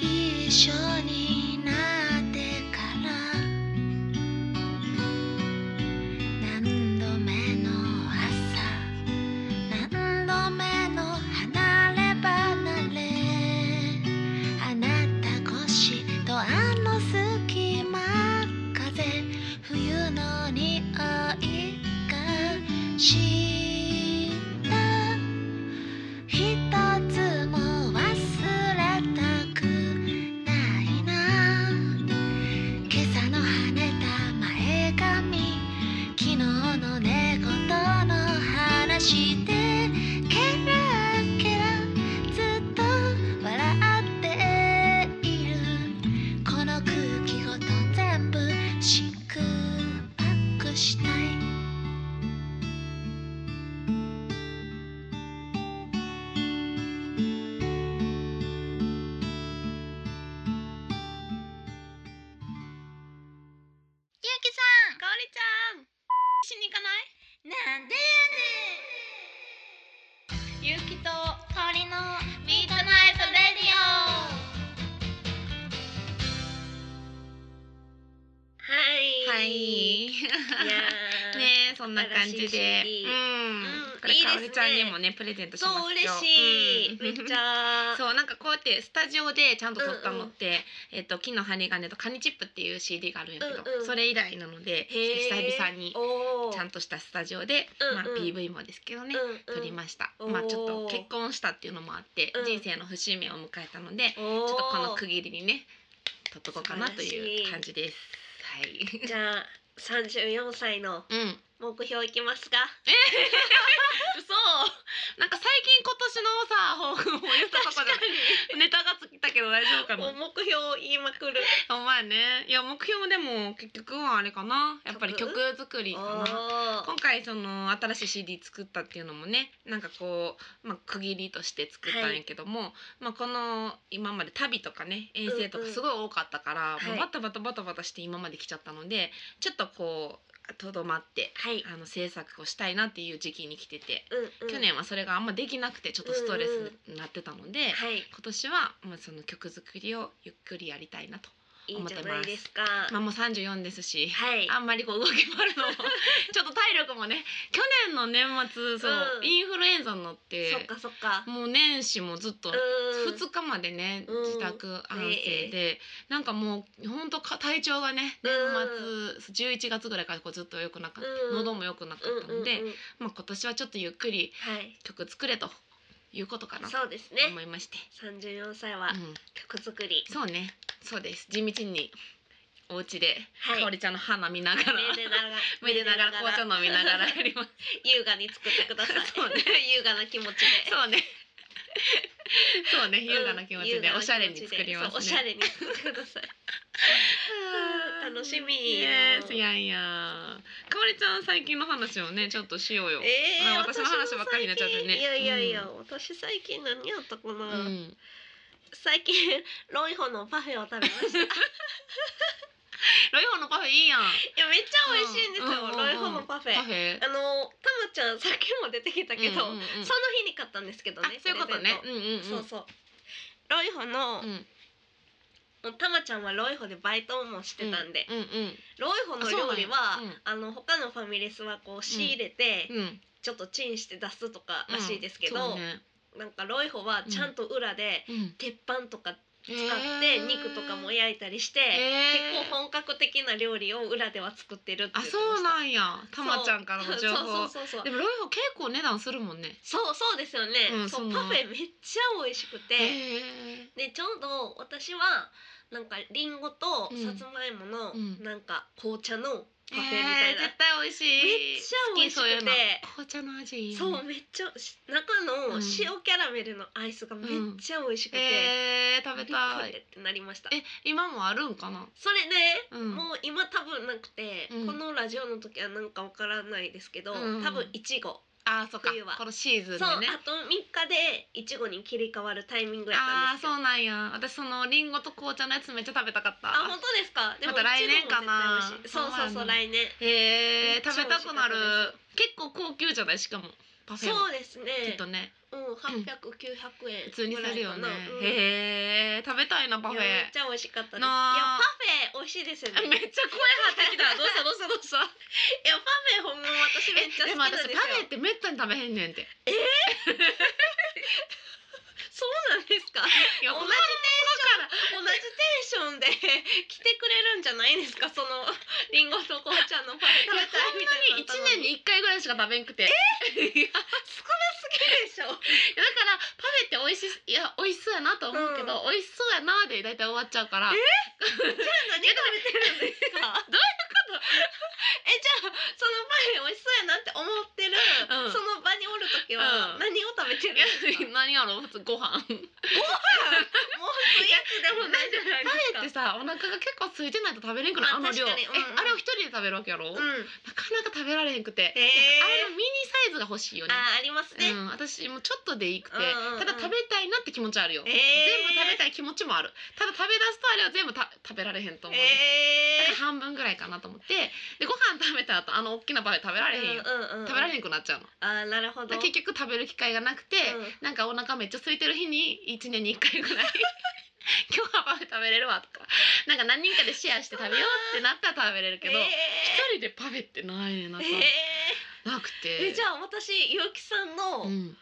C: 一緒になってから何度目の朝何度目の離れ離れあなた越しとあの隙間風冬の匂いがした一つも忘れたくないな今朝の跳ねた前髪昨日の寝言の話でケラケラずっと笑っているこの空気ごと全部シックパックしたいゆうきさんかおりちゃんしに行かないなんでやねんゆうきとかおりのミートナイトレディオ
A: はい
B: はい。
A: いや (laughs) ー
B: ねそんな感じ
A: 素晴
B: で
A: らしい、CD
B: うん
A: うん
B: これ
A: いいですね
B: かおりちゃんにもねプレゼントし
A: そ
B: ます
A: う嬉しい、
B: 今日
A: め
B: うん
A: っちゃ
B: (laughs) そうなんかこうやってスタジオでちゃんと撮ったのって、えっと木の針金とカニチップっていう CD があるんやけど、
A: うんうん
B: それ以来なので
A: へー
B: 久々に
A: おー
B: ちゃんとしたスタジオで、
A: うん
B: まあ、
A: うん
B: PV もですけどね、
A: うん
B: 撮りました、
A: おー
B: まあちょっと結婚したっていうのもあって、
A: うん
B: 人生の節目を迎えたので、
A: うん、ちょ
B: ちょっとこの区切りにね撮っとこうかなという感じです。はい。
A: じゃあ34歳の
B: うん。
A: 目標いきます
B: (laughs)
A: か
B: そうなんか最近今年のさ抱負を言ったとこでネタがつきたけど大丈夫か
A: もう
B: な
A: 目標を言いまくる
B: お前ねいや目標もでも結局はあれかなやっぱり曲
A: 曲
B: 作り
A: お
B: かな
A: ー
B: 今回その新しい CD 作ったっていうのもねなんかこう、まあ、区切りとして作ったんやけども、まあ、この今まで旅とかね遠征と
A: う
B: か
A: んうん
B: すごい多かったから、
A: はい
B: もうバタバタバタバタして今まで来ちゃったのでちょっとこうとどまって
A: はい、
B: あの制作をしたいなっていう時期に来てて。
A: うんうん、
B: 去年はそれがあんまできなくてちょっとストレスになってたので、今
A: はい
B: 年はまあその曲作りをゆっくりやりたいなと。
A: いいんじゃないですか
B: まあもう三十四ですし、
A: はい
B: あんまりこう動き回
A: (laughs)
B: るのもちょっと体力もね。去年の年末そう、
A: うん
B: インフルエンザになっ、
A: そってかそっか
B: もう年始もずっと。
A: うん
B: 2日までね、
A: うん
B: 自宅安静で、なんかもうほんとか体調がね年末、11月ぐらいからこうずっと良くなかった、
A: うん
B: 喉も良くなかったので、
A: うんうんうん
B: まあ、今年はちょっとゆっくり
A: はい
B: 曲作れということかなと
A: そうですね
B: 思いまして、
A: 34歳
B: う
A: は
B: ん、
A: 曲作り、
B: そうねそうです地道にお家で、
A: はい
B: かおりちゃんの花見ながら
A: めでながら
B: めでながら紅茶飲みながらやります
A: 優雅に作ってください
B: (laughs) そうね
A: 優雅な気持ちで
B: そうねそうね優雅な気持ちでおしゃれに作りますね
A: そうおしゃれに作ってくだ
B: (laughs)
A: さい
B: うん
A: 楽しみ
B: イエースいやいやかおりちゃん最近の話をねちょっとしようよ、
A: えー、
B: あ私の話ばっかりになっちゃって
A: 私も最近
B: ね
A: いやいやいや、私最近何やったかな、
B: うん、
A: 最近ロイホのパフェを食べま (laughs) した。い
B: ロイホのパフェいいやん
A: やめっちゃ美味しいんですよ、
B: うんうんうん
A: ロイホのパフェ。
B: パフェ
A: あのたまちゃんさっきも出てきたけど、
B: うんうんうん
A: その日に買ったんですけど
B: あ
A: ね。
B: そういうことね
A: プ
B: う
A: レゼン
B: んうんうん
A: トそうそう。ロイホの、
B: うん
A: もうたまちゃんはロイホでバイトもしてたんで、
B: うんう
A: ロイホの料理は
B: あそうなんや
A: あの他のファミレスはこう仕入れて、
B: んうん
A: ちょっとチンして出すとからしいですけ
B: うん
A: ど、
B: そうね
A: なんかロイホはちゃんと裏で
B: うん
A: 鉄板とか
B: 使
A: 使って肉とかも焼いたりして、結構本格的な料理を裏では作ってるって
B: あ
A: 言って
B: そ
A: ま
B: う
A: した
B: なんやたまちゃんからの情
A: そ
B: 報
A: うそうそうそ
B: で
A: う
B: もロイホ結構値段するもんね
A: そうそうですよね、
B: うん
A: そ
B: そうの
A: パフェめっちゃ美味しく
B: へ
A: て、
B: え
A: でちょうど私はなんかリンゴと
B: うん
A: さつまいもの
B: うん
A: なんか紅茶のパフェみたいな
B: 絶、対美味しい
A: めっちゃ美味しくて
B: 好きそういうの紅茶の味いいよね
A: そうめっちゃし中の
B: うん
A: 塩キャラメルのアイスがめっちゃ美味しくて、
B: えー食べた
A: びっくり
B: い
A: ってなりました
B: え今もあるんかな
A: それね
B: うん
A: もう今多分なくて、
B: うん
A: このラジオの時はなんかわからないですけど、
B: うん
A: 多分いちご
B: あーそっか
A: 冬は
B: このシーズ
A: そ
B: ン
A: う、
B: で
A: あと3
B: ね
A: 日でいちごに切り替わるタイミングやった
B: あ
A: ん
B: ー
A: ですよ
B: そうなんや私そのリンゴと紅茶のやつめっちゃ食べたかった
A: あ本当ですかでも
B: また来年かない
A: ちごも絶対美味しいそうそうそう
B: そうなんや
A: 来年
B: へえ食べたくなる
A: めっちゃ美味しかった
B: 結構高級じゃないしかもパフェも
A: そうです
B: き
A: ね
B: っとね
A: うん800,900円
B: 普通にするよね
A: ぐらいかなうん
B: へえ食べたいなパフェ
A: いやめっ
B: め
A: ちゃ美味しかったですいや
B: なあ
A: パフェ美味しいですよねいや
B: (laughs) っちゃ声張ってきたどうしたどうしたどうした
A: パフェほんま私めっちゃ
B: (laughs) え
A: 好き
B: でも
A: なん
B: 私
A: です
B: パ
A: よ
B: フェってめったに食べへんねんって
A: そうなんですか
B: いや
A: 同
B: こ
A: じテ
B: の
A: ンション同じテンションで来てくれるんじゃないですかそ (laughs) のリンゴと紅茶のパフェ食べたいみたいな
B: に一年に一回ぐらいしか食べんくていやだか
A: 少なすぎでし (laughs) ょ
B: らパフェって美味しいいや美味しそうやなと思うけど、美味しそうやなで大体終わっちゃうからえ
A: 何食べてるんですかどういうこと (laughs) えじゃあそのパフェ美味しそうやなって思ってる、
B: うん
A: その場におる時は
B: うん
A: 何を食べてるん
B: いや
A: ですか、
B: 何やろう普通ご飯
A: (laughs) もうスイーツでもないじゃない
B: パフェっ
A: で
B: て
A: すか
B: さお腹が結構空いてないと食べれんくない
A: まあ
B: あの量、
A: 確かにうん
B: えあれを一人で食べるわけやろ、なか
A: うん
B: なか食べられへんくて、
A: へえ
B: あれのミニサイズが欲しいよね
A: あーあります
B: う
A: ね、
B: ん、私もちょっとでいいくて、
A: うんうんうん
B: ただ食べたいなって気持ちはあるよ、
A: えー
B: 全部食べたい気持ちもあるただ食べ出すとあれは全部た食べられへんと思う、ね
A: え
B: だから半分ぐらいかなと思ってでご飯食べた後あの大きなパフェ食べられへんよ、
A: うんうんうん、
B: 食べられ
A: へん
B: へんくなっちゃうの
A: あーなるほど
B: だから結局食べる機会がなくて、
A: うん
B: なんかお腹めっちゃ空いてる日に1年に1回ぐらい (laughs) 今日はパフェ食べれるわとかなんか何人かでシェアして食べようってなったら食べれるけど、
A: え
B: 一人でパフェってないねんな
A: ー
B: と、
A: え
B: なく
A: ー
B: て
A: えじゃあ私ゆうきさんの
B: う
A: 1
B: ん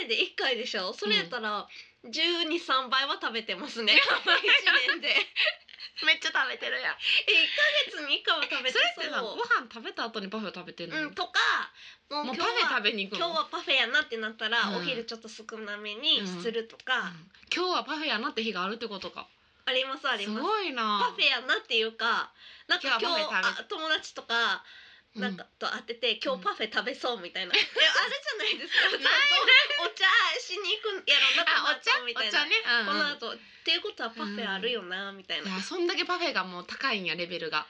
A: 年で1回でしょそれやったら123倍は食べてますね1年で
B: (laughs) めっちゃ食べてるやん
A: え1ヶ月に1回は食べて
B: それってさ
A: う
B: ご飯食べた後にパフェ食べてんの、
A: うんとかもう
B: も
A: 今
B: う
A: 日
B: パフェ
A: は
B: 食べに行く
A: 今
B: の
A: 日はパフェやなってなったら、
B: うん
A: お昼ちょっと少なめにすると
B: うん
A: か、
B: 今日はパフェやなって日があるってことか
A: ありますあり
B: す
A: ます
B: ごい
A: パ
B: な
A: フェやなっていうかなんか今日
B: 今日はパフェ
A: あ友達とか
B: うん
A: なんかと会ってて、今日パフェ食べそうみたい
B: (laughs)
A: な、えあれじゃないですか
B: い
A: お茶しに行くんやろな
B: あお茶
A: この後みたい
B: お
A: な
B: 茶ね、うん
A: この後っていうことはパフェあるよな、みたい (laughs)
B: い
A: な。
B: やそんだけパフェがもう高いんやレベルが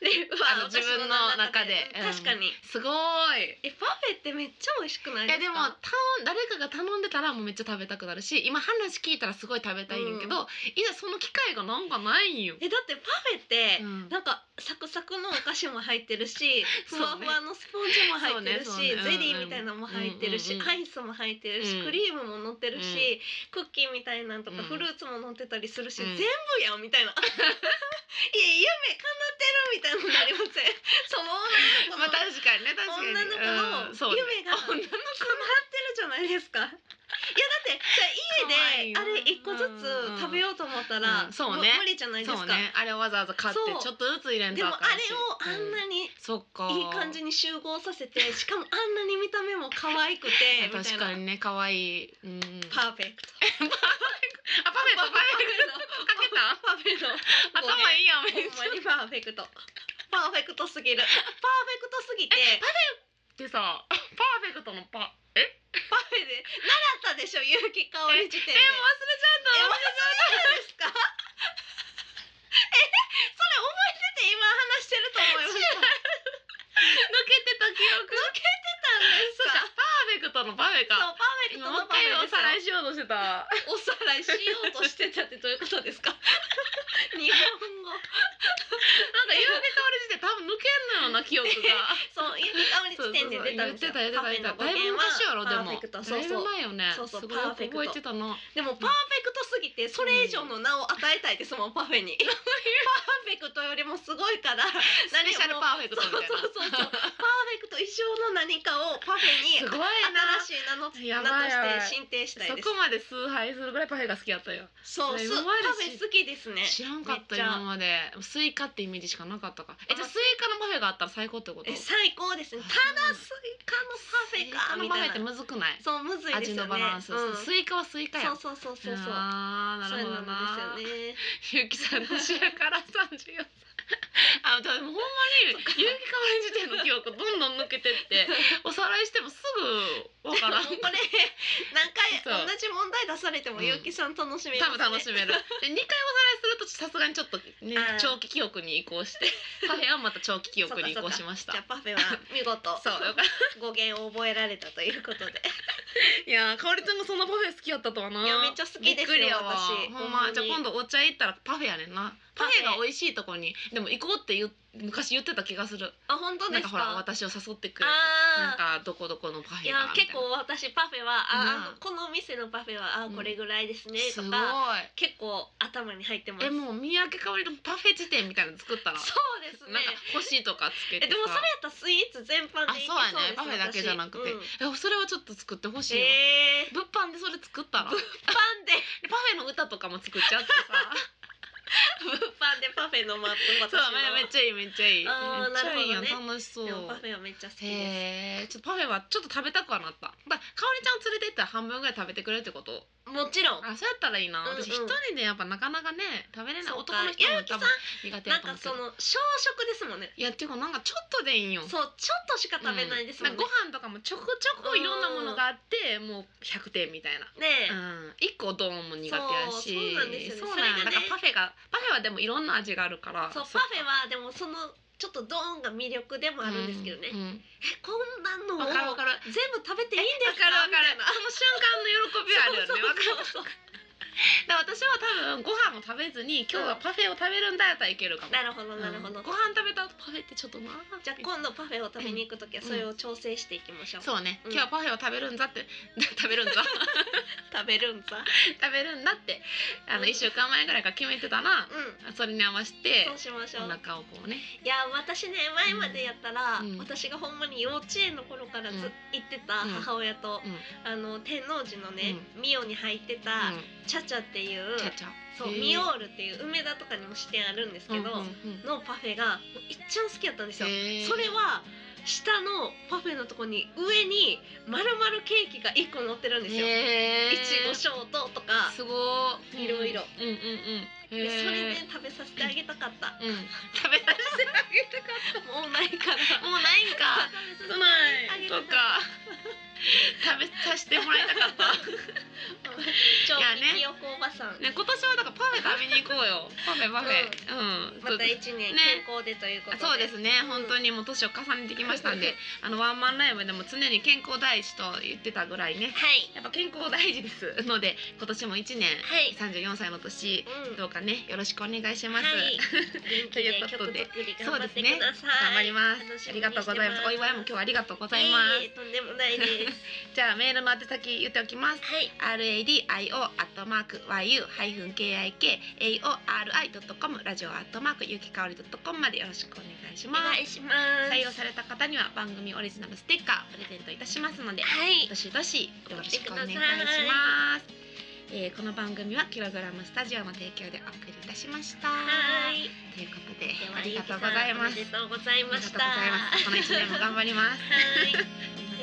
A: で
B: あの
A: 私
B: 自分の中で
A: うん
B: うん
A: 確かに。
B: すごい
A: えパフェってめっちゃ美味しくない
B: い
A: で
B: や
A: すか
B: でも頼ん誰かが頼んでたらもうめっちゃ食べたくなるし今話聞いたらすごい食べたいんやけど、いざその機会がなんかないんよ。
A: えだってパフェって、
B: うん
A: なんかサクサクのお菓子も入ってるし、
B: (laughs)
A: ふ
B: そうね
A: わふわのスポンジも入ってるし、
B: そうねそうね
A: ゼリーみたいなのも入ってるし、
B: うんうんうん
A: アイスも入ってるし、
B: うん
A: クリームも乗ってるし、クッキーみたいなんとか、
B: うん
A: フルーツも乗ってたりするし、
B: うん
A: 全部やんみた
B: (laughs)
A: いな。いや夢叶ってるみたいになりません。その女
B: まあ
A: の子の
B: 確かにね確かに
A: 女の
B: うん
A: 子
B: そ
A: の
B: うね
A: 夢が叶ってるじゃないですか。いやだって
B: 可愛い
A: 家で
B: よ
A: あれ一個ずつ食べようと思ったら、
B: うんそうね
A: む無理じゃないです
B: そう
A: か。
B: ねあれをわざわざ買って
A: そう
B: ちょっとずつ入れんと
A: でもあ
B: かんし
A: れをあんなに
B: そっか
A: いい感じに集合させて、しかもあんなに見た目も可愛くて
B: いや
A: みた
B: 確
A: い
B: か
A: な。
B: にね可愛いうん
A: パーフェクト。
B: あパフェとパフ
A: パフェ
B: ェかけた
A: の
B: 頭いいやんめ
A: ほん
B: っちゃ
A: まにパーフェクト。パーフェクトすぎる。パーフェクトすぎて
B: でさパーフェクトのパええ
A: パフェで習ったでしょ結城かおり時点で。え、忘れちゃったんですか。え、
B: 忘れちゃった
A: それ覚えてて今話してると思いました。
B: 抜けてた記憶
A: 抜けてたんですか
B: そうか。パーフェクトのパフェ
A: そ
B: か
A: う、パーフェク
B: 今
A: トの
B: もう一
A: パフェ
B: 回おさらい
A: ですよ
B: しようとしてた
A: おさらいしようとしてたってどういうことです
B: (laughs)
A: か。日本語。
B: なんか言うて変わる時点で多分抜けんのよな記憶が
A: (laughs) そう、ゆきかおり時点で出たんですよ。
B: 言ってた言ってた言ってただいぶ昔やろでも
A: パーフェクト、そう
B: だいぶ
A: そう。
B: 前よね
A: そうそう
B: すごいよ
A: パーフ
B: く
A: ェクト
B: 覚えてた
A: (laughs)
B: な
A: でもパーフェクトすぎてそれ以上の名を与えたいですもんパフェに。パーフェクトよりもすごいから。
B: スペシャルパーフェク
A: そう
B: ト
A: そう
B: みたいな
A: そうそう。パーフェクト一生の何かをパフェに
B: すごいな
A: 新しい名の
B: や
A: 名と
B: ばいやばい
A: して進呈したい
B: そ
A: です
B: こ。まで崇拝するぐらいパフェが好きだったよ
A: そう、す
B: 今
A: パ
B: まで
A: フェ好きですね。
B: 知らんかった
A: めっちゃ
B: 今までスイカってイメージしかなかったからえ
A: あ
B: じゃあスイカのパフェがあったら最高ってこと
A: え、最高ですね。ただスイカのパフェか
B: の
A: み
B: パフ
A: た
B: ェ
A: い
B: って
A: な。
B: むずくない
A: そう、むずいです
B: 味
A: よね。
B: のバランス、
A: うん
B: スイカはスイカや
A: そ
B: ん
A: うそうそうそうそう。
B: あーなるほどな
A: そうなんですよね。
B: ゆうきさん年やから三十四あ、でもほんまにゆうきかわり時点の記憶どんどん抜けて (laughs) っておさらいしてもすぐわからん。
A: もう
B: 多
A: これ何回
B: そ
A: 同
B: う
A: じ問題出されても
B: うん
A: ゆうきさん楽しめ
B: 分楽しめる。で二回おさらいするとさすがにちょっとね
A: あー
B: 長期記憶に移行して、カフェはまた長期記憶に移行しました
A: じゃ。あパフェは見事
B: そうよかっ
A: 語源を覚えられたということで
B: たいやーかおりちゃんがそんなパフェ好きやったとはない
A: やめっちゃ好きですよ
B: びっくりやわ
A: 私
B: ほ
A: ほ
B: ん
A: んま
B: ま
A: に
B: じゃあ今度お茶行ったらパフェやねんな
A: パ
B: パフ
A: フェ
B: ェが美味しいとこにでも行こうって言う昔言ってた気がする
A: あ本当
B: な
A: で
B: んか
A: すか
B: ほ
A: ら
B: 私を誘ってくれてなん
A: あ
B: かどこどこのパ
A: ーい
B: フェが
A: や
B: みたい
A: 結
B: な
A: 構私パフェは
B: なあ
A: ああのこのお店のパフェはあ
B: うん
A: これぐらいですね
B: す
A: と
B: ごい
A: か結構頭に入ってます
B: えもう三宅かおりのパフェ辞典みたいなの作ったら
A: そうです
B: なん
A: ね
B: か欲しいとかつけ
A: え
B: てさ
A: でもそれやったらスイーツ全般
B: あ
A: でいけ
B: そうやねパ
A: そうで
B: フ
A: す
B: ェだけじゃなくて、
A: 私うん
B: えそれはちょっと作ってほしいわ、
A: えー
B: 物販でそれ作ったらで
A: パンで
B: パフェの歌とかも作っちゃってさ
A: 物販でパフェのマップ
B: そう
A: 私も
B: めめっちゃいいめっちゃいい
A: あー
B: めっちゃいいやん
A: なるほど
B: 楽しそう
A: でもパフェはめっちゃ好きです
B: へえちょっとパフェはちょっと食べたくはなっただかおりちゃん連れて行ったら半分ぐらい食べてくれるってこと
A: もちろん
B: あそうやったらいいな、
A: うんうん
B: 私一人でやっぱなかなかね食べれない
A: そう
B: 男
A: か
B: の人も多分苦手
A: な
B: だ
A: ん
B: と思
A: かその
B: うけど
A: 小食ですもんね。
B: いやっていうかなんかちょっとでいいんよ
A: そうちょっとしか食べないですもん
B: う
A: ね。
B: んなんかご飯とかもちょこちょこいろんなものがあってもう100点みたいな。
A: ねえ、
B: うん、1個ドーンも苦手やし
A: そうそうなんですよね
B: そう
A: そ
B: なん
A: れがね
B: だからパフェがパフェはでもいろんな味があるから
A: そう
B: そ
A: パ
B: っか
A: フェはでもそのちょっとドーンが魅力でもあるんですけどね。
B: う
A: え
B: ん
A: こんなの
B: うん
A: を
B: わ、かるわかるわかるわか
A: 全部食べていいんですか？
B: るその瞬間の喜びはあるよね
A: そうそうそう
B: わかるだから私は多分ご飯も食べずに今日はパフェを食べるんだったらいけるかも
A: なるほどなるほど。
B: うんご飯食べた後パフェってちょっとな
A: じゃあ今度パフェを食べに行くときはそれを調整していきましょう。
B: そうね、
A: うん
B: 今日はパフェを食べるんだって (laughs) 食べるんだ
A: 食べるんさ。
B: 食べるんだってあの
A: うん
B: 1週間前ぐらいから決めてたな
A: うん。
B: それに合わせて
A: そうしまし
B: お
A: ょう。
B: 腹をこうね
A: いや私ね前までやったら、
B: うん
A: 私がほんまに幼稚園の頃からず、
B: う
A: 行
B: ん
A: ってた母親と、
B: うん
A: あの天王寺のね、ミオに入ってた、チャチャっていう
B: ちゃちゃ
A: そう
B: へえ
A: ミオールっていう梅田とかにも支店あるんですけど、
B: うんうんうん
A: のパフェがもういっちゃん好きやったんですよ。
B: へえ
A: それは下のパフェのとこに上に丸々ケーキが1個乗ってるんですよ。
B: え
A: いちごショートとか
B: すごー
A: いろいろ
B: うんうんうんへ
A: で
B: ー
A: それで食べさせてあげたかった。
B: うん食べさせてあげたかっ
A: もうないから。
B: た (laughs) もうないんか
A: 食べさせて
B: 都
A: あ
B: 内
A: げ
B: と
A: たかった
B: か食べさせてもらいたかった
A: (laughs) 超
B: いやね
A: 激横おばさん。
B: ね今年はだからパフェ食べに行こうよパフェパフェうん、
A: また一年健康でということで。
B: そうですね
A: ん
B: 本当にもう年を重ねてきましたんで
A: (laughs)
B: あのワンマンライブでも常に健康第一と言ってたぐらいね
A: はい
B: やっぱ健康大事ですので今年も1年
A: はい。
B: 34歳の年
A: うん
B: どうかねよろしくお願いします、 (laughs)
A: はい、元気
B: とい
A: で
B: うこと
A: 曲
B: で
A: 作り
B: そう
A: 頑張
B: で
A: っ
B: す
A: て
B: ね
A: くださ
B: 頑張
A: い。
B: りま
A: 楽し
B: すあ
A: みにして
B: りが
A: ま
B: とう
A: す
B: ございますお祝いも今日はありがとうございます
A: いえいえとんでもないです。
B: じゃあメールの宛先言っておきます
A: はい
B: radio アットマーク yu-kikaori.com ラジオアットマークゆきかおり .com までよろしくお願いし
A: お
B: ま
A: 願い
B: す
A: します。
B: 採用された方には番組オリジナルステッカープレゼントいたしますので
A: はい
B: どしどしよろしくお願いし
A: 送ってくだ
B: ますえーこの番組はキログラムスタジオの提供でお送りいたしました
A: はい。
B: ということで
A: では
B: ありがとうございます
A: おめでとうござい
B: あり
A: ま
B: が
A: し
B: とうご
A: た。
B: ざいますこの一年も (laughs) 頑張ります
A: はい。そ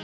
A: い。